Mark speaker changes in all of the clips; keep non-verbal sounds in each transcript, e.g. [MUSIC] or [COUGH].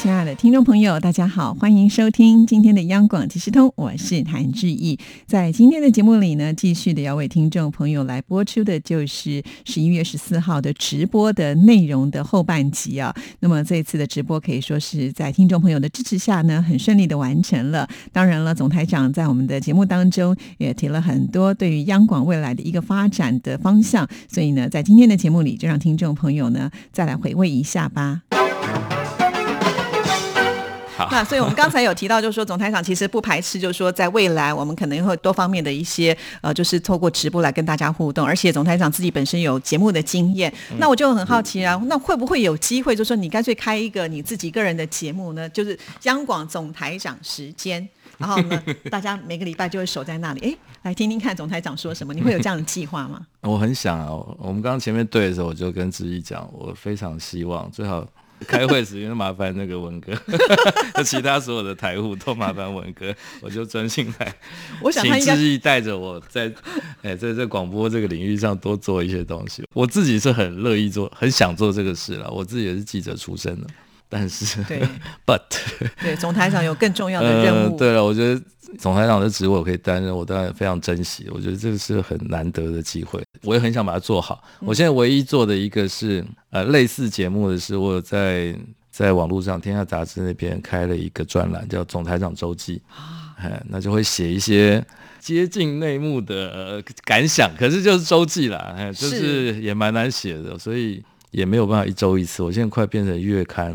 Speaker 1: 亲爱的听众朋友，大家好，欢迎收听今天的央广即时通，我是谭志毅。在今天的节目里呢，继续的要为听众朋友来播出的就是十一月十四号的直播的内容的后半集啊。那么这一次的直播可以说是在听众朋友的支持下呢，很顺利的完成了。当然了，总台长在我们的节目当中也提了很多对于央广未来的一个发展的方向，所以呢，在今天的节目里就让听众朋友呢再来回味一下吧。 [LAUGHS] 那所以我们刚才有提到，就是说总台长其实不排斥，就是说在未来我们可能会多方面的一些呃，就是透过直播来跟大家互动，而且总台长自己本身有节目的经验，
Speaker 2: 嗯
Speaker 1: 那我就很好奇啊，那会不会有机会，就是说你干脆开一个你自己个人的节目呢？就是央广总台长时间。然后呢，大家每个礼拜就会守在那里，哎，来听听看总台长说什么。你会有这样的计划吗？
Speaker 2: 我很想啊，我我们刚刚前面对的时候，我就跟志毅讲，我非常希望最好开会时间麻烦那个文哥， [LAUGHS] 那其他所有的台户都麻烦文哥，我就专心来，
Speaker 1: 我想他
Speaker 2: 请
Speaker 1: 应该
Speaker 2: 志毅带着我在， [LAUGHS] 哎、在这广播这个领域上多做一些东西。我自己是很乐意做，很想做这个事了，我自己也是记者出身的，但是
Speaker 1: 对
Speaker 2: [LAUGHS] ，but
Speaker 1: 对，总台长有更重要的任务。
Speaker 2: 呃对了，我觉得总台长的职位我可以担任，我当然非常珍惜。我觉得这个是很难得的机会，我也很想把它做好。
Speaker 1: 嗯
Speaker 2: 我现在唯一做的一个是呃类似节目的是，我有在在网络上《天下杂志》那边开了一个专栏，叫《总台长周记》
Speaker 1: 啊
Speaker 2: 哎，那就会写一些。接近内幕的、呃、感想，可是就是周记啦，哎，就是是也蛮难写的，所以也没有办法一周一次。我现在快变成月刊，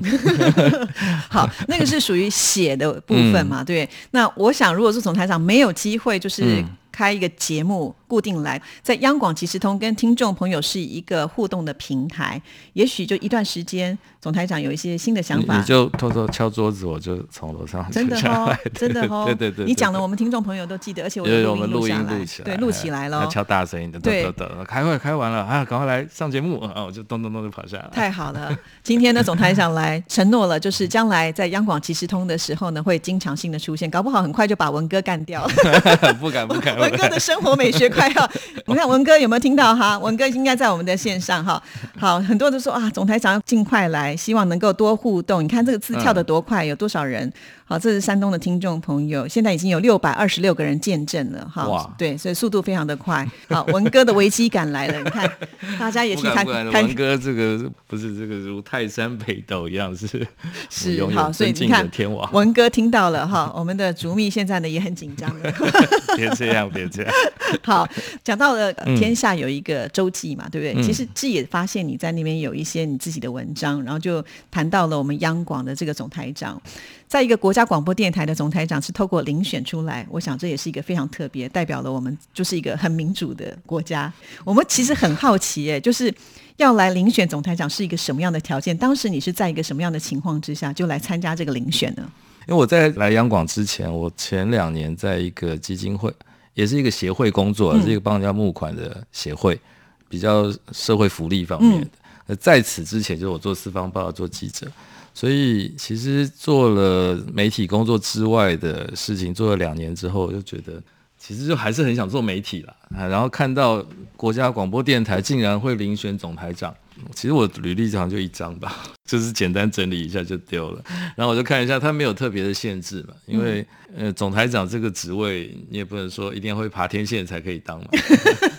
Speaker 1: 好，那个是属于写的部分
Speaker 2: 嗯
Speaker 1: 嘛，对。那我想，如果是总台长没有机会，
Speaker 2: 嗯
Speaker 1: 就是开一个节目固定来，在央广即时通跟听众朋友是一个互动的平台，也许就一段时间，总台长有一些新的想
Speaker 2: 你
Speaker 1: 法
Speaker 2: 你。就偷偷敲桌子，我就从楼上
Speaker 1: 真的
Speaker 2: 跳下
Speaker 1: 哦 [LAUGHS]
Speaker 2: 来，
Speaker 1: 真的哦，
Speaker 2: 对对对对，
Speaker 1: 你讲的
Speaker 2: 对
Speaker 1: 我们听众朋友都记得，而且我
Speaker 2: 因为
Speaker 1: 的
Speaker 2: 我们
Speaker 1: 录
Speaker 2: 录
Speaker 1: 音
Speaker 2: 音
Speaker 1: 下来，
Speaker 2: 起来，
Speaker 1: 对，录起来
Speaker 2: 要
Speaker 1: 了，哦
Speaker 2: 敲大声一点，
Speaker 1: 对
Speaker 2: 等等等，开会开完了啊，赶快来上节目啊，我就咚咚咚就跑下来。
Speaker 1: 太好了！今天呢，总台长来承诺了，就是将来在央广即时通的时候呢，会经常性的出现，搞不好很快就把文哥干掉了。
Speaker 2: 不敢不 [LAUGHS] 敢，
Speaker 1: 文
Speaker 2: 不
Speaker 1: 哥
Speaker 2: 敢
Speaker 1: 的生活美学快要， [LAUGHS] 你看文哥有没有听到哈？文哥应该在我们的线上哈。好，很多都说啊，总台长要尽快来，希望能够多互动。你看这个字跳
Speaker 2: 嗯
Speaker 1: 得多快，有多少人？好，这是山东的听众朋友，现在已经有六百二十六个人见证了哈
Speaker 2: 哇。
Speaker 1: 对，所以速度非常的快。好，文哥的危机感来
Speaker 2: [LAUGHS]
Speaker 1: 了，你看大家也
Speaker 2: 不
Speaker 1: 替他
Speaker 2: 敢不敢，
Speaker 1: 开
Speaker 2: 文哥这个不是这个如泰山北斗一样，是
Speaker 1: 是
Speaker 2: 永
Speaker 1: 好，
Speaker 2: 远
Speaker 1: 所以
Speaker 2: 尊
Speaker 1: 你
Speaker 2: 敬的
Speaker 1: 看
Speaker 2: 天王。
Speaker 1: 文哥听到了哈，我们的竹蜜现在呢也很紧张了。
Speaker 2: 别这样，别这样。
Speaker 1: [LAUGHS] 好，讲到了、呃天下有一个周记嘛，对不对？其实志也发现你在那边有一些你自己的文章，然后就谈到了我们央广的这个总台长，在一个国家广播电台的总台长是透过遴选出来，我想这也是一个非常特别，代表了我们就是一个很民主的国家。我们其实很好奇、耶，就是。要来遴选总台长是一个什么样的条件？当时你是在一个什么样的情况之下就来参加这个遴选呢？
Speaker 2: 因为我在来央广之前，我前两年在一个基金会，也是一个协会工作，是一个帮人家募款的协会，比较社会福利方面的。那在此之前，就是我做四方报，做记者，所以其实做了媒体工作之外的事情，做了两年之后，我就觉得其实就还是很想做媒体啦。啊然后看到国家广播电台竟然会遴选总台长，其实我履历好像就一张吧，就是简单整理一下就丢了。然后我就看一下，他没有特别的限制嘛，因为、呃，总台长这个职位，你也不能说一定要会爬天线才可以当嘛。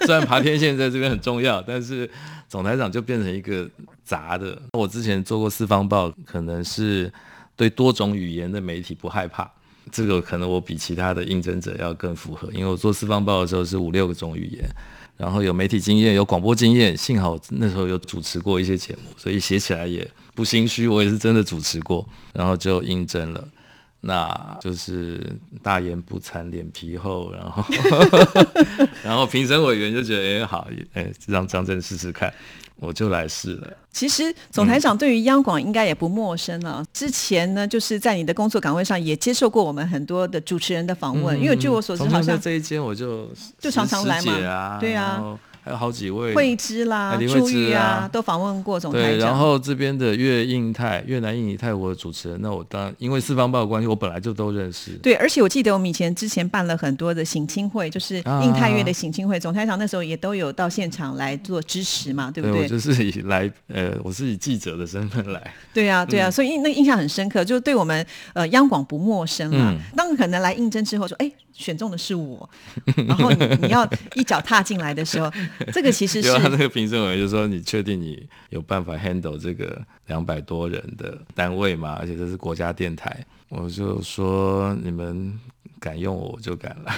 Speaker 2: 虽然爬天线在这边很重要，但是总台长就变成一个杂的。我之前做过四方报，可能是对多种语言的媒体不害怕。这个可能我比其他的应征者要更符合，因为我做四方报的时候是五六个种语言，然后有媒体经验，有广播经验，幸好那时候有主持过一些节目，所以写起来也不心虚，我也是真的主持过，然后就应征了。那就是大言不惭，脸皮厚，然后然后评审委员就觉得，哎、好，哎、让张震试试看，我就来试了。
Speaker 1: 其实总
Speaker 2: 嗯
Speaker 1: 台长对于央广应该也不陌生了、之前呢，就是在你的工作岗位上也接受过我们很多的
Speaker 2: 嗯
Speaker 1: 主持人的访问，因为据我所知，
Speaker 2: 从
Speaker 1: 好
Speaker 2: 在
Speaker 1: 像
Speaker 2: 这一间我就
Speaker 1: 就常常来嘛
Speaker 2: 师姐啊，
Speaker 1: 对啊
Speaker 2: 然后还有好几位
Speaker 1: 慧芝啦、
Speaker 2: 哎林慧
Speaker 1: 朱玉
Speaker 2: 芝
Speaker 1: 啊
Speaker 2: 啊，
Speaker 1: 都访问过总台
Speaker 2: 对，
Speaker 1: 长。
Speaker 2: 然后这边的越印泰、越南印尼泰国的主持人，那我当然因为四方报的关系，我本来就都认识。
Speaker 1: 对，而且我记得我们以前之前办了很多的省亲会，就是
Speaker 2: 啊
Speaker 1: 印太月的省亲会，总台长那时候也都有到现场来做支持嘛，对不
Speaker 2: 我就是以来呃，我是以记者的身份来。
Speaker 1: 对啊，对啊，所以印那个印象很深刻，就对我们呃央广不陌生啦。
Speaker 2: 嗯
Speaker 1: 当可能来应征之后说，哎，选中的是我，然后你你要一脚踏进来的时候，这个其实是
Speaker 2: 就他那个评审委员就说：“你确定你有办法 handle 这个两百多人的单位吗？而且这是国家电台。”我就说：“你们敢用我，我就敢来。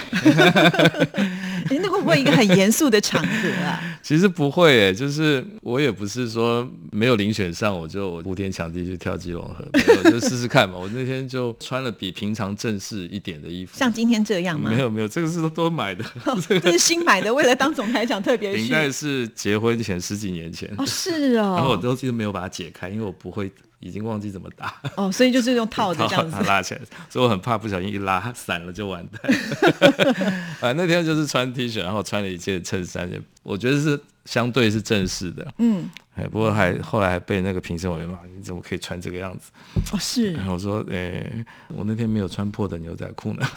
Speaker 1: 诶那会不会一个很严肃的场合啊？”
Speaker 2: 其实不会诶，就是我也不是说没有遴选上我就呼天抢地去跳基隆河， [LAUGHS] 没有就试试看嘛。我那天就穿了比平常正式一点的衣服，
Speaker 1: 像今天这样吗？
Speaker 2: [LAUGHS]
Speaker 1: 哦
Speaker 2: 没有没有，这个是都买的，这
Speaker 1: 这
Speaker 2: 个
Speaker 1: 是新买的，为了当总台长特别
Speaker 2: 领
Speaker 1: 去。
Speaker 2: 带是结婚前十几年前，
Speaker 1: 哦，是
Speaker 2: 然后我
Speaker 1: 哦，
Speaker 2: 都一直没有把它解开，因为我不会，已经忘记怎么打。
Speaker 1: 哦，所以就是用套的这样子
Speaker 2: 把它。 [LAUGHS] 拉起来，所以我很怕不小心一拉散了就完
Speaker 1: [LAUGHS]
Speaker 2: 蛋。啊，那天就是穿 T 恤，然后穿了一件衬衫，也我觉得是相对是正式的，
Speaker 1: 嗯，
Speaker 2: 哎，不过还后来还被那个评审委员骂，你怎么可以穿这个样子？
Speaker 1: 哦，是
Speaker 2: [LAUGHS] 然。后我说，诶、我那天没有穿破的牛仔裤呢。
Speaker 1: [LAUGHS]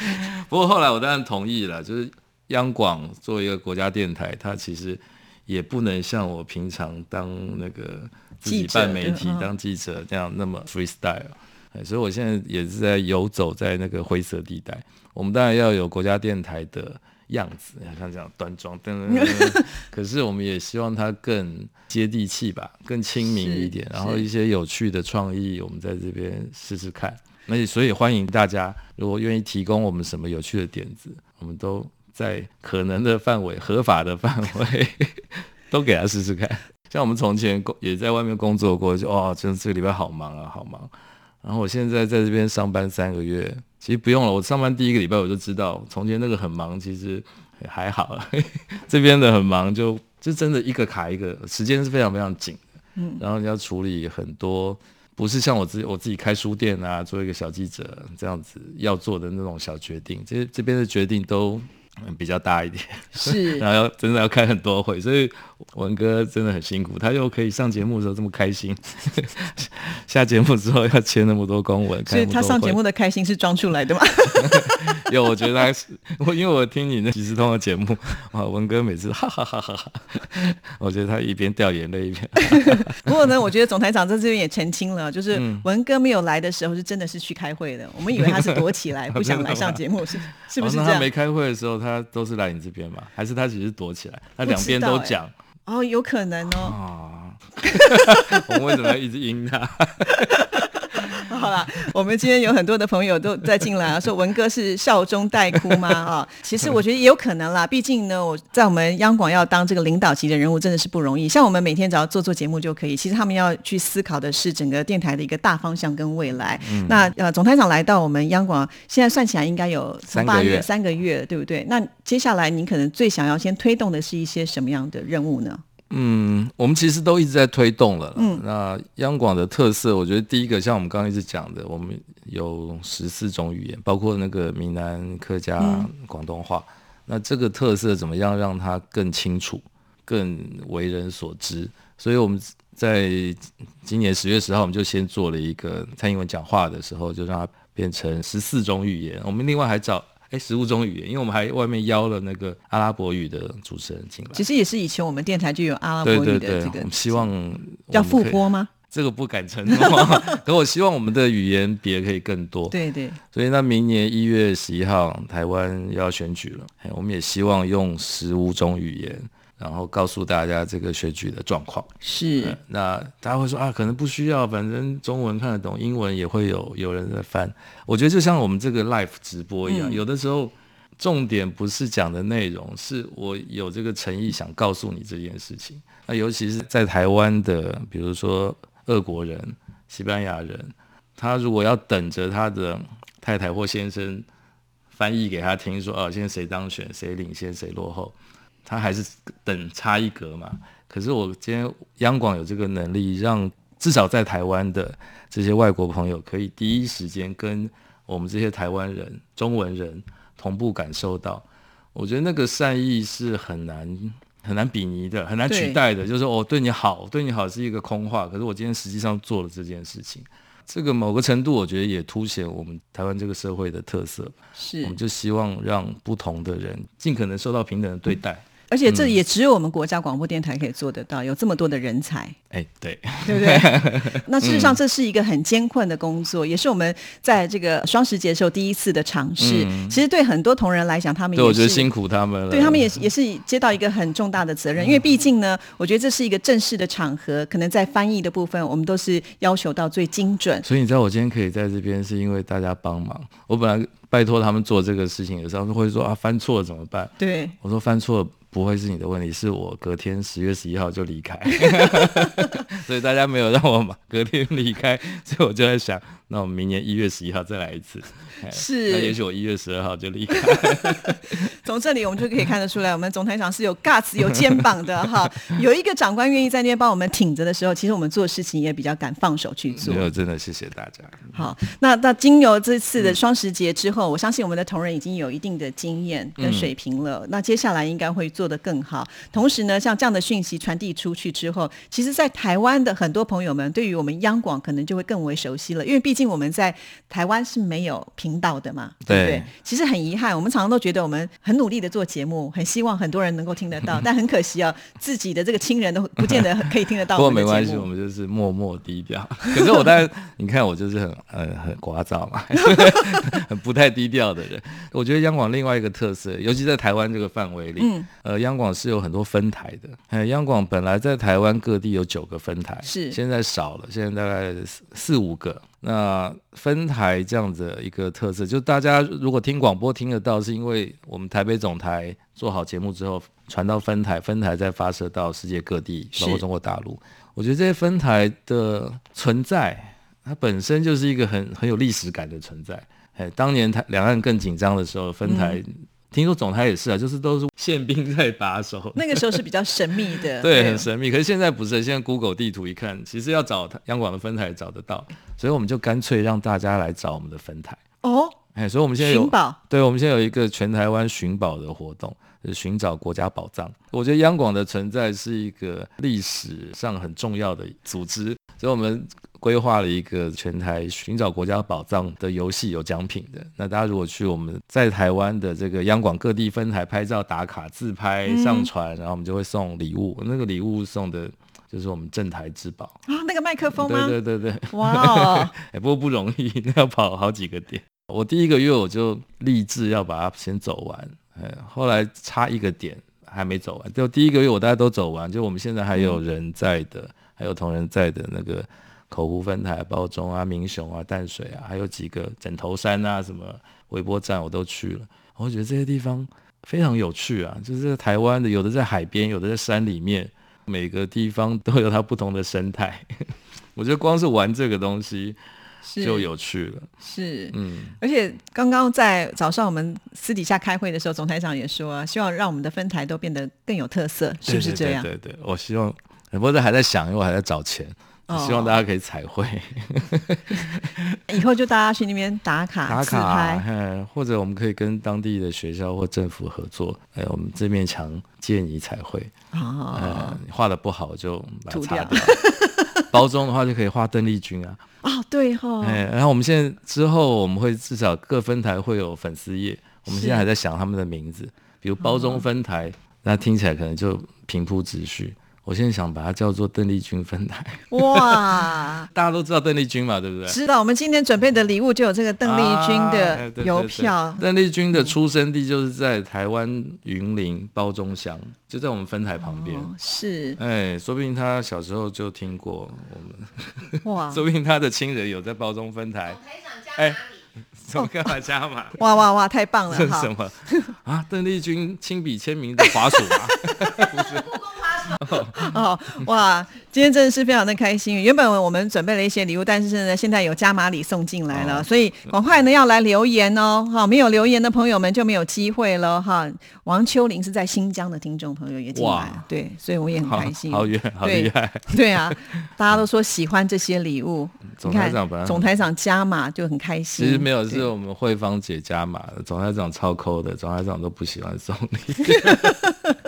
Speaker 2: [LAUGHS] 不过后来我当然同意了，就是央广作为一个国家电台，它其实也不能像我平常当那个自己
Speaker 1: 记者
Speaker 2: 办媒体
Speaker 1: 嗯、
Speaker 2: 当记者这样那么 freestyle。哎所以我现在也是在游走在那个灰色地带。我们当然要有国家电台的样子，像这样端庄，噔噔
Speaker 1: [LAUGHS]
Speaker 2: 噔噔可是我们也希望它更接地气吧，更亲民
Speaker 1: 是
Speaker 2: 一点，然后
Speaker 1: 是
Speaker 2: 一些有趣的创意，我们在这边试试看。那也所以欢迎大家，如果愿意提供我们什么有趣的点子，我们都在可能的范围、合法的范围， [LAUGHS] 都给他试试看。像我们从前工也在外面工作过，就哦，真的这个礼拜好忙啊，好忙。然后我现在在这边上班三个月，其实不用了，我上班第一个礼拜我就知道，从前那个很忙，其实哎还好，啊 [LAUGHS] 这边的很忙就就真的一个卡一个，时间是非常非常紧的。嗯，然后你要处理很多，不是像我自己我自己开书店啊，做一个小记者这样子要做的那种小决定，这这边的决定都嗯比较大一点。
Speaker 1: 是
Speaker 2: 然后要真的要开很多会，所以文哥真的很辛苦，他又可以上节目的时候这么开心， [LAUGHS] 下节目之后要签那么多公文，
Speaker 1: 所以
Speaker 2: 开那么
Speaker 1: 他
Speaker 2: 多
Speaker 1: 上
Speaker 2: 会
Speaker 1: 节目的开心是装出来的嘛？
Speaker 2: 有，我觉得他是我，因为我听你那几十通的节目，啊，文哥每次哈哈哈哈哈，我觉得他一边掉眼泪一边，
Speaker 1: [LAUGHS] 不过呢，我觉得总台长在这边也澄清了，就是
Speaker 2: 嗯
Speaker 1: 文哥没有来的时候是真的是去开会的，我们以为他是躲
Speaker 2: [LAUGHS]
Speaker 1: 起来不想来上节目，是是不是这
Speaker 2: 哦那他
Speaker 1: 样
Speaker 2: 没？开会的时候，他都是来你这边嘛？还是他只是躲起来？他
Speaker 1: 不知
Speaker 2: 两边
Speaker 1: 道
Speaker 2: 都
Speaker 1: 欸
Speaker 2: 讲
Speaker 1: 哦，有可能哦。 [LAUGHS]
Speaker 2: 啊。我们为什么要一直阴他？
Speaker 1: [LAUGHS] 好啦，我们今天有很多的朋友都在进来
Speaker 2: [LAUGHS]
Speaker 1: 啊，说文哥是笑中带哭吗？啊，其实我觉得也有可能啦，毕竟呢，我在我们央广要当这个领导级的人物真的是不容易。像我们每天只要做做节目就可以，其实他们要去思考的是整个电台的一个大方向跟未来。
Speaker 2: 嗯
Speaker 1: 那呃，总台长来到我们央广，现在算起来应该有从
Speaker 2: 三个
Speaker 1: 八
Speaker 2: 月
Speaker 1: 月三个月，对不对？那接下来您可能最想要先推动的是一些什么样的任务呢？
Speaker 2: 嗯，我们其实都一直在推动了。嗯，那央广的特色，我觉得第一个像我们刚刚一直讲的，我们有十四种语言，包括那个闽南、客家、广东话。那这个特色怎么样让它更清楚、更为人所知？所以我们在今年十月十号，我们就先做了一个蔡英文讲话的时候，就让它变成十四种语言。我们另外还找哎十五种语言，因为我们还外面邀了那个阿拉伯语的主持人进来。
Speaker 1: 其实也是以前我们电台就有阿拉伯
Speaker 2: 对
Speaker 1: 语的
Speaker 2: 对对，
Speaker 1: 这
Speaker 2: 我
Speaker 1: 个
Speaker 2: 们希望
Speaker 1: 要
Speaker 2: 我们
Speaker 1: 复
Speaker 2: 可以，
Speaker 1: 播吗？
Speaker 2: 这个不敢承诺。 [LAUGHS] 可我希望我们的语言别可以更多。，
Speaker 1: 对对，
Speaker 2: 所以那明年一月十一号，台湾又要选举了，哎我们也希望用十五种语言，然后告诉大家这个选举的状况。
Speaker 1: 是。
Speaker 2: 对那大家会说啊，可能不需要，反正中文看得懂，英文也会有有人在翻。我觉得就像我们这个 live 直播一样，有的时候重点不是讲的内容，是我有这个诚意想告诉你这件事情。那尤其是在台湾的，比如说俄国人、西班牙人，他如果要等着他的太太或先生翻译给他听说，哦，现在谁当选，谁领先，谁落后，他还是等差一格嘛。可是我今天央广有这个能力，让至少在台湾的这些外国朋友可以第一时间跟我们这些台湾人、中文人同步感受到，我觉得那个善意是很难很难比拟的，很难
Speaker 1: 对
Speaker 2: 取代的。就是我、哦、对你好，对你好是一个空话，可是我今天实际上做了这件事情，这个某个程度我觉得也凸显我们台湾这个社会的特色。
Speaker 1: 是
Speaker 2: 我们就希望让不同的人尽可能受到平等的对待。
Speaker 1: 而且
Speaker 2: 嗯
Speaker 1: 这也只有我们国家广播电台可以做得到，有这么多的人
Speaker 2: [LAUGHS]
Speaker 1: 才，
Speaker 2: 哎、对，
Speaker 1: 对不对？那事实
Speaker 2: 嗯
Speaker 1: 上这是一个很艰困的工作，也是我们在这个双十节的时候第一次的尝试。其实对很多同仁来讲，他们
Speaker 2: 嗯对我觉
Speaker 1: 也
Speaker 2: 得
Speaker 1: 是。
Speaker 2: 辛苦他们了。
Speaker 1: 对他们也是也是接到一个很重大的责任，因为
Speaker 2: 嗯
Speaker 1: 毕竟呢，我觉得这是一个正式的场合，可能在翻译的部分，我们都是要求到最精准。
Speaker 2: 所以你知道我今天可以在这边，是因为大家帮忙。我本来拜托他们做这个事情的时候，他们会说啊，翻错了怎么办？
Speaker 1: 对，
Speaker 2: 我说翻错了不会是你的问题，是我隔天十月十一号就离开， [LAUGHS] 所以大家没有让我马隔天离开，所以我就在想，那我们明年一月十一号再来一次，哎
Speaker 1: 是
Speaker 2: 那也许我一月十二号就离开。
Speaker 1: 从这里我们就可以看得出来，我们总台长是有 guts、有肩膀的哈。有一个长官愿意在那边帮我们挺着的时候，其实我们做事情也比较敢放手去做
Speaker 2: 没。有，真的谢谢大家。
Speaker 1: 好，那那经由这次
Speaker 2: 嗯
Speaker 1: 的双十节之后，我相信我们的同仁已经有一定的经验
Speaker 2: 嗯
Speaker 1: 跟水平了。那接下来应该会做得更好。同时呢，像这样的讯息传递出去之后，其实，在台湾的很多朋友们对于我们央广可能就会更为熟悉了，因为毕竟我们在台湾是没有频道的嘛，对不对
Speaker 2: 对？
Speaker 1: 其实很遗憾，我们常常都觉得我们很努力的做节目，很希望很多人能够听得
Speaker 2: [LAUGHS]
Speaker 1: 到，但很可惜啊，自己的这个亲人都不见得可以听得到
Speaker 2: [LAUGHS] 不过
Speaker 1: 我们
Speaker 2: 没
Speaker 1: 的节目。
Speaker 2: 关系，我们就是默默低调。 [LAUGHS] 可是我当然，你看我就是很呃很聒噪嘛， [LAUGHS] 很不太低调的人。我觉得央广另外一个特色，尤其在台湾这个范围里，
Speaker 1: 嗯
Speaker 2: 呃，央广是有很多分台的。呃，央广本来在台湾各地有九个分台，
Speaker 1: 是
Speaker 2: 现在少了，现在大概四四五个。那分台这样子的一个特色，就大家如果听广播听得到，是因为我们台北总台做好节目之后，传到分台，分台再发射到世界各地，包括
Speaker 1: 是
Speaker 2: 中国大陆。我觉得这些分台的存在，它本身就是一个很很有历史感的存在。哎，当年台两岸更紧张的时候，分台、听说总台也是啊，就是都是嗯宪兵在把 [LAUGHS] 守，
Speaker 1: 那个时候是比较神秘的，
Speaker 2: [LAUGHS] 对，很神秘。可是现在不是，现在 Google 地图一看，其实要找它央广的分台也找得到，所以我们就干脆让大家来找我们的分台。
Speaker 1: 哦，
Speaker 2: 哎，所以我们现在有
Speaker 1: 寻宝。
Speaker 2: 对，我们现在有一个全台湾寻宝的活动，就是寻找国家宝藏。我觉得央广的存在是一个历史上很重要的组织，所以我们规划了一个全台寻找国家宝藏的游戏，有奖品的。那大家如果去我们在台湾的这个央广各地分台拍照打卡、自拍、上传，然后我们就会送礼物。那个礼物送的就是我们镇台之宝。
Speaker 1: 啊，那个麦克风吗？
Speaker 2: 对对对对。
Speaker 1: 哇哦，
Speaker 2: 哎、不过不容易， [LAUGHS] 要跑好几个点。我第一个月我就立志要把它先走完，哎，后来差一个点还没走完。就第一个月我大家都走完，就我们现在还有人在的，还有同仁在的那个口湖分台、包中啊、民雄啊、淡水啊，还有几个枕头山啊、什么微波站我都去了。我觉得这些地方非常有趣啊，就是台湾的，有的在海边，有的在山里面，每个地方都有它不同的生态。 [LAUGHS] 我觉得光是玩这个东西，
Speaker 1: 是
Speaker 2: [LAUGHS] 就有趣了。
Speaker 1: 是，
Speaker 2: 嗯，
Speaker 1: 而且刚刚在早上我们私底下开会的时候，总台长也说、啊，希望让我们的分台都变得更有特色，是不是这样？
Speaker 2: 对对对对我希望，不过这还在想，因为我还在找钱，
Speaker 1: 哦
Speaker 2: 希望大家可以彩绘、
Speaker 1: 以后就大家去那边打卡、
Speaker 2: 打
Speaker 1: 自
Speaker 2: 卡啊
Speaker 1: 拍，，
Speaker 2: 嘿或者我们可以跟当地的学校或政府合作，哎，我们这面墙借你彩绘，
Speaker 1: 哦。
Speaker 2: 呃，你画的不好就把它
Speaker 1: 涂
Speaker 2: 擦
Speaker 1: 掉
Speaker 2: [LAUGHS] 包装的话就可以画邓丽君啊，
Speaker 1: 哦，对哈、
Speaker 2: [LAUGHS] 哎，然后我们现在之后我们会至少各分台会有粉丝页，我们
Speaker 1: 是嗯
Speaker 2: 现在还在想他们的名字，比如包中分台，那听起来可能就平铺直叙。我现在想把它叫做邓丽君分台，
Speaker 1: 哇！
Speaker 2: 大家都知道邓丽君嘛， [LAUGHS] 对不对？
Speaker 1: 知道我们今天准备的礼物就有这个邓丽君
Speaker 2: 啊哎
Speaker 1: 的
Speaker 2: 对
Speaker 1: 邮
Speaker 2: 对对
Speaker 1: 票，嗯
Speaker 2: 邓丽君的出生地就是在台湾云林包中乡，就在我们分台旁边。
Speaker 1: 哦、是
Speaker 2: 哎，说不定她小时候就听过我们， [LAUGHS]
Speaker 1: 哇
Speaker 2: 说不定她的亲人有在包中分台。哎， [LAUGHS] 怎么干嘛加码？
Speaker 1: 哇哇哇，太棒了
Speaker 2: 这是
Speaker 1: 哈
Speaker 2: [LAUGHS] 什！么啊？邓丽君亲笔签名的滑鼠啊！
Speaker 1: [LAUGHS] 哦，哇，今天真的是非常的开心。原本我们准备了一些礼物，但是呢，现在有加码礼送进来了，
Speaker 2: 哦
Speaker 1: 所以赶快呢要来留言哦。哈，没有留言的朋友们就没有机会了哈。王秋玲是在新疆的听众朋友也进来了
Speaker 2: 哇，
Speaker 1: 对，所以我也很
Speaker 2: 好
Speaker 1: 开心。
Speaker 2: 好远，好厉害！ [LAUGHS]
Speaker 1: 对啊，大家都说喜欢这些礼物，
Speaker 2: 总
Speaker 1: 你看
Speaker 2: 台长本来很
Speaker 1: 总台长加码就很开心。
Speaker 2: 其实没有，
Speaker 1: 对
Speaker 2: 是我们慧芳姐加码的，总台长超抠的，总台长都不喜欢送礼。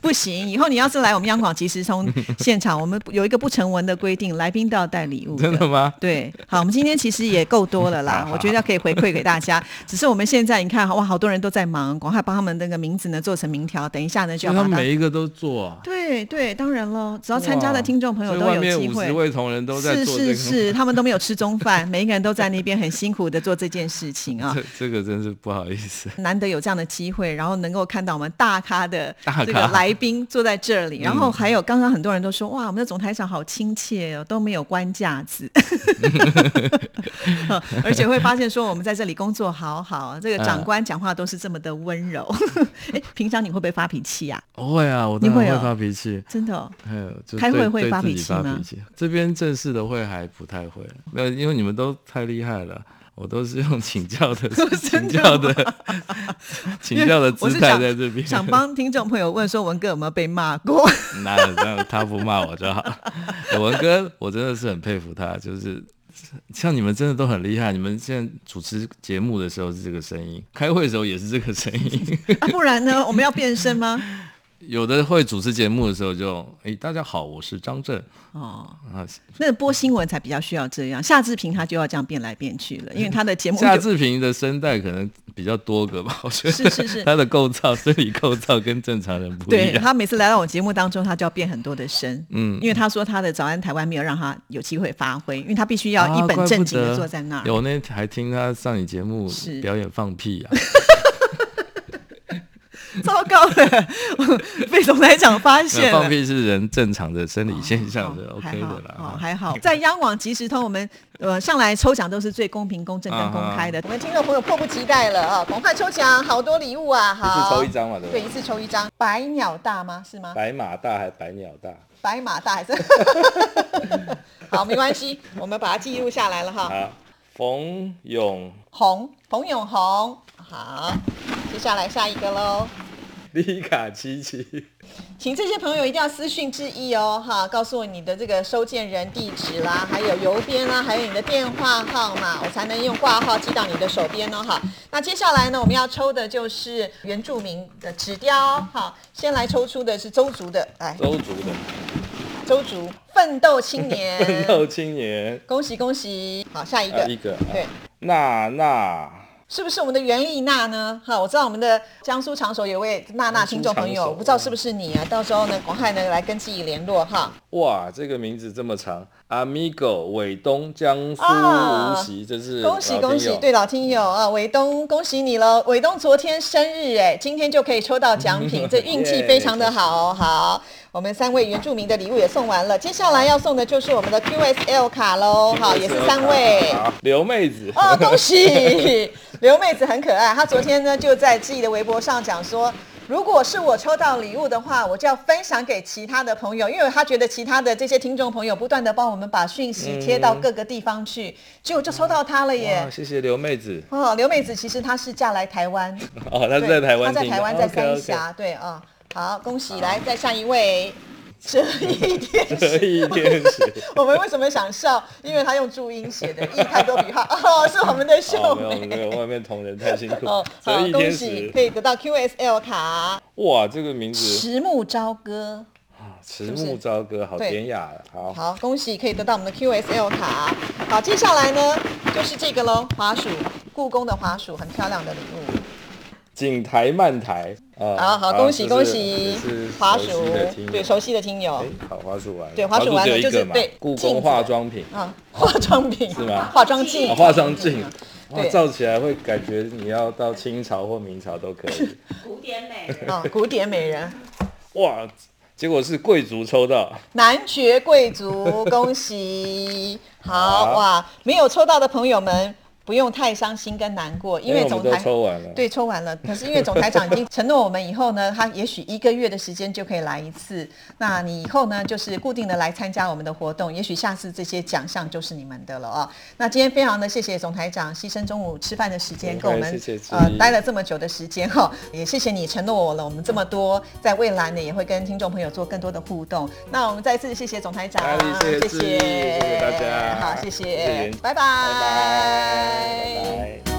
Speaker 1: 不行。以后你要是来我们央广即时通现场，我们有一个不成文的规定，来宾都要带礼物。
Speaker 2: 真的 [LAUGHS] 吗？
Speaker 1: 对，好，我们今天其实也够多了啦，我觉得可以回馈给大家。 [LAUGHS] 只是我们现在你看，哇，好多人都在忙，赶快把他们那个名字呢做成名条，等一下呢就
Speaker 2: 就
Speaker 1: 要
Speaker 2: 他
Speaker 1: 把
Speaker 2: 们
Speaker 1: 它。
Speaker 2: 每一个都做啊，
Speaker 1: 对对，当然喽，只要参加的听众朋友
Speaker 2: 哇
Speaker 1: 都
Speaker 2: 所以
Speaker 1: 有
Speaker 2: 外面
Speaker 1: 机
Speaker 2: 五
Speaker 1: 会。
Speaker 2: 十位同仁都在
Speaker 1: 是
Speaker 2: 做这个，
Speaker 1: 是是，他们都没有吃中饭，每一个人都在那边很辛苦的做这件事情啊。
Speaker 2: 这这个真是不好意思。
Speaker 1: 难得有这样的机会，然后能够看到我们大咖的
Speaker 2: 大咖嗯
Speaker 1: 这个来宾坐在这里，然后还有刚刚很多人都说哇，我们的总台长好亲切哦，都没有官架子， [LAUGHS] 而且会发现说我们在这里工作好好，这个长官讲话都是这么的温柔。 [LAUGHS] 哎、平常你会不会发脾气呀、
Speaker 2: 会啊，我
Speaker 1: 你
Speaker 2: 当
Speaker 1: 会
Speaker 2: 然
Speaker 1: 哦
Speaker 2: 会发脾气。
Speaker 1: 真的、哦，
Speaker 2: 还有就
Speaker 1: 开
Speaker 2: 对
Speaker 1: 会会
Speaker 2: 对
Speaker 1: 发
Speaker 2: 自
Speaker 1: 脾
Speaker 2: 己
Speaker 1: 气吗
Speaker 2: 气这边正式的会还不太会，没有，因为你们都太厉害了。我都是用请
Speaker 1: [LAUGHS]
Speaker 2: 教的
Speaker 1: 真的、
Speaker 2: 请
Speaker 1: [LAUGHS]
Speaker 2: 教的、请教的姿
Speaker 1: 我是
Speaker 2: 态
Speaker 1: 想
Speaker 2: 在这边。
Speaker 1: 想帮听众朋友问说文哥有没有被骂过？ [LAUGHS]
Speaker 2: [LAUGHS] 那那他不骂我就好。 [LAUGHS] 文哥，我真的是很佩服他，就是像你们真的都很厉害。你们现在主持节目的时候是这个声音，开会的时候也是这个声音。 [LAUGHS]
Speaker 1: 啊、不然呢，我们要变身吗？
Speaker 2: 有的会主持节目的时候就，诶，大家好，我是张震
Speaker 1: 哦。
Speaker 2: 啊。
Speaker 1: 那播新闻才比较需要这样，夏志平他就要这样变来变去了，因为他的
Speaker 2: [LAUGHS]
Speaker 1: 节目
Speaker 2: 夏
Speaker 1: 就
Speaker 2: 志平的声带可能比较多个吧，我觉得
Speaker 1: 是是是
Speaker 2: 他的构造、生理构造跟正常人不一
Speaker 1: 对
Speaker 2: 样。
Speaker 1: 他每次来到我节目当中，他就要变很多的声，
Speaker 2: 嗯
Speaker 1: 因为他说他的《早安台湾》没有让他有机会发挥，因为他必须要一
Speaker 2: 啊怪
Speaker 1: 本
Speaker 2: 不
Speaker 1: 正经的
Speaker 2: 得
Speaker 1: 坐在那儿。
Speaker 2: 有那天还听他上你节目
Speaker 1: 是
Speaker 2: 表演
Speaker 1: [LAUGHS]
Speaker 2: 放屁啊，
Speaker 1: 糟
Speaker 2: [LAUGHS]
Speaker 1: 糕了，被总台长发现
Speaker 2: 那
Speaker 1: 了
Speaker 2: 放。屁是人正常的生理现象是
Speaker 1: 哦
Speaker 2: OK
Speaker 1: 还好
Speaker 2: 的啦。
Speaker 1: 哦
Speaker 2: 啊，
Speaker 1: 还好，在央广即时通，我们呃上来抽奖都是最公平、公正跟公开
Speaker 2: 啊
Speaker 1: 的。我们听众朋友迫不及待了啊，赶快抽奖，好多礼物啊！
Speaker 2: 一次
Speaker 1: 好，
Speaker 2: 抽一张嘛，对不
Speaker 1: 对，
Speaker 2: 对
Speaker 1: 一？次抽一张。百鸟大吗？是
Speaker 2: [LAUGHS]
Speaker 1: 吗？
Speaker 2: 白马大还白鸟大？
Speaker 1: 白马大
Speaker 2: [LAUGHS]
Speaker 1: 还是？ [LAUGHS] 好，没关系，我们把它记录下来了哈。
Speaker 2: 好，冯永
Speaker 1: 红，冯永红，好，接下来下一个喽，
Speaker 2: 丽卡七
Speaker 1: [LAUGHS] 嗯
Speaker 2: 七，
Speaker 1: 请这些朋友一定要私讯致意哦，哈，告诉我你的这个收件人地址啦，还有邮编啦，还有你的电话号码，我才能用挂号寄到你的手边哦，哈。那接下来呢，我们要抽的就是原住民的纸雕，哈，先来抽出的是周族的，来，
Speaker 2: 周族的
Speaker 1: 周族奋斗青
Speaker 2: [LAUGHS] 奋
Speaker 1: 年，
Speaker 2: 斗青年，
Speaker 1: 恭喜恭喜，好，下一
Speaker 2: 啊
Speaker 1: 个，
Speaker 2: 一个啊
Speaker 1: 对。
Speaker 2: 娜娜。
Speaker 1: 是不是我们的袁丽娜呢？哈，我知道我们的江苏长手有位娜娜听众朋
Speaker 2: 江苏嗯
Speaker 1: 友，
Speaker 2: 常
Speaker 1: 我
Speaker 2: 熟
Speaker 1: 不知道是不是你啊？到时候呢，广汉呢来跟自己联络哈。
Speaker 2: 哇，这个名字这么长，Amigo 伟东江苏
Speaker 1: 啊
Speaker 2: 无锡，这是
Speaker 1: 恭喜
Speaker 2: 老朋
Speaker 1: 恭喜
Speaker 2: 友，
Speaker 1: 对老听友啊，伟东恭喜你喽！伟东昨天生日哎，今天就可以抽到奖
Speaker 2: [LAUGHS]
Speaker 1: 品，这运气非常的好哦。好，我们三位原住民的礼物也送完了，接下来要送的就是我们的 QSL 卡喽，好，也是三位。
Speaker 2: 哦好刘妹子，
Speaker 1: 哦，恭喜 [LAUGHS] 刘妹子很可爱。她昨天呢就在自己的微博上讲说，如果是我抽到礼物的话，我就要分享给其他的朋友，因为她觉得其他的这些听众朋友不断的帮我们把讯息贴到
Speaker 2: 嗯
Speaker 1: 各个地方去，结果就抽到她了耶
Speaker 2: 哇，。哦谢谢刘妹子。
Speaker 1: 哦，刘妹子其实她是嫁来台湾，
Speaker 2: 哦， [LAUGHS] 她是
Speaker 1: 对
Speaker 2: 在台湾
Speaker 1: 她在
Speaker 2: 听的，
Speaker 1: 台湾在三
Speaker 2: OK，OK
Speaker 1: 峡，对啊、好，恭喜，来再下一位，折翼
Speaker 2: [LAUGHS]
Speaker 1: 天使，
Speaker 2: 得意天使。
Speaker 1: [LAUGHS] 我们为什么想笑？因为他用注音写的，一太多笔画哦，是我们的秀
Speaker 2: 哦，没有
Speaker 1: 美。
Speaker 2: 没有，外面同仁太辛苦
Speaker 1: 哦，。好
Speaker 2: 折，翼
Speaker 1: 恭
Speaker 2: 天
Speaker 1: 喜
Speaker 2: 使
Speaker 1: 可，以得到 QSL 卡，
Speaker 2: 哇，这个名字
Speaker 1: 迟暮朝歌。
Speaker 2: 迟
Speaker 1: 不是
Speaker 2: 暮朝歌，好
Speaker 1: 对
Speaker 2: 典雅啊。好，
Speaker 1: 好，恭喜可以得到我们的 QSL 卡。好，接下来呢就是这个喽，滑鼠，故宫的滑鼠，很漂亮的礼物。
Speaker 2: 景台漫台啊，
Speaker 1: 好好，恭喜
Speaker 2: 这
Speaker 1: 恭
Speaker 2: 是
Speaker 1: 喜
Speaker 2: 这是，
Speaker 1: 滑
Speaker 2: 熟
Speaker 1: 鼠
Speaker 2: 悉的听，友
Speaker 1: 对，熟悉的听友
Speaker 2: 哎。好，花束完了，
Speaker 1: 对花束
Speaker 2: 束
Speaker 1: 完
Speaker 2: 只有
Speaker 1: 了
Speaker 2: 一
Speaker 1: 就是
Speaker 2: 个嘛
Speaker 1: 对
Speaker 2: 故
Speaker 1: 镜子
Speaker 2: 宫化妆品
Speaker 1: 啊，化妆品
Speaker 2: 是吗
Speaker 1: 化妆镜
Speaker 2: 啊，，化妆镜，哇，
Speaker 1: 对
Speaker 2: 照起来会感觉你要到清朝或明朝都
Speaker 1: [LAUGHS]
Speaker 2: 可以。
Speaker 3: 古典美人，
Speaker 1: 啊，古典美人。
Speaker 2: 哇，结果是贵族抽到，
Speaker 1: 男
Speaker 2: [LAUGHS]
Speaker 1: 爵贵族，恭喜！好
Speaker 2: 好
Speaker 1: 哇，没有抽到的朋友们。不用太伤心跟难过，因
Speaker 2: 因为
Speaker 1: 为
Speaker 2: 哎我
Speaker 1: 总
Speaker 2: 们都
Speaker 1: 台
Speaker 2: 抽完了。
Speaker 1: 对，抽完了。可是因为总台长已经承诺我们以后呢，他也许一个月的时间就可以来一次。那你以后呢，就是固定的来参加我们的活动，也许下次这些奖项就是你们的了哦。那今天非常的谢谢总台长牺牲中午吃饭的时间
Speaker 2: 不
Speaker 1: 跟
Speaker 2: 会
Speaker 1: 我们
Speaker 2: 谢谢志
Speaker 1: 呃
Speaker 2: 毅
Speaker 1: 待了这么久的时间哈、哦，也谢谢你承诺我了我们这么多，在未来呢也会跟听众朋友做更多的互动。那我们再次谢谢总台长
Speaker 2: 哪里，
Speaker 1: 谢
Speaker 2: 谢谢志毅谢谢大家
Speaker 1: 好，谢
Speaker 2: 谢谢
Speaker 1: 谢
Speaker 2: 袁，
Speaker 1: 拜拜，
Speaker 2: 拜拜，拜拜。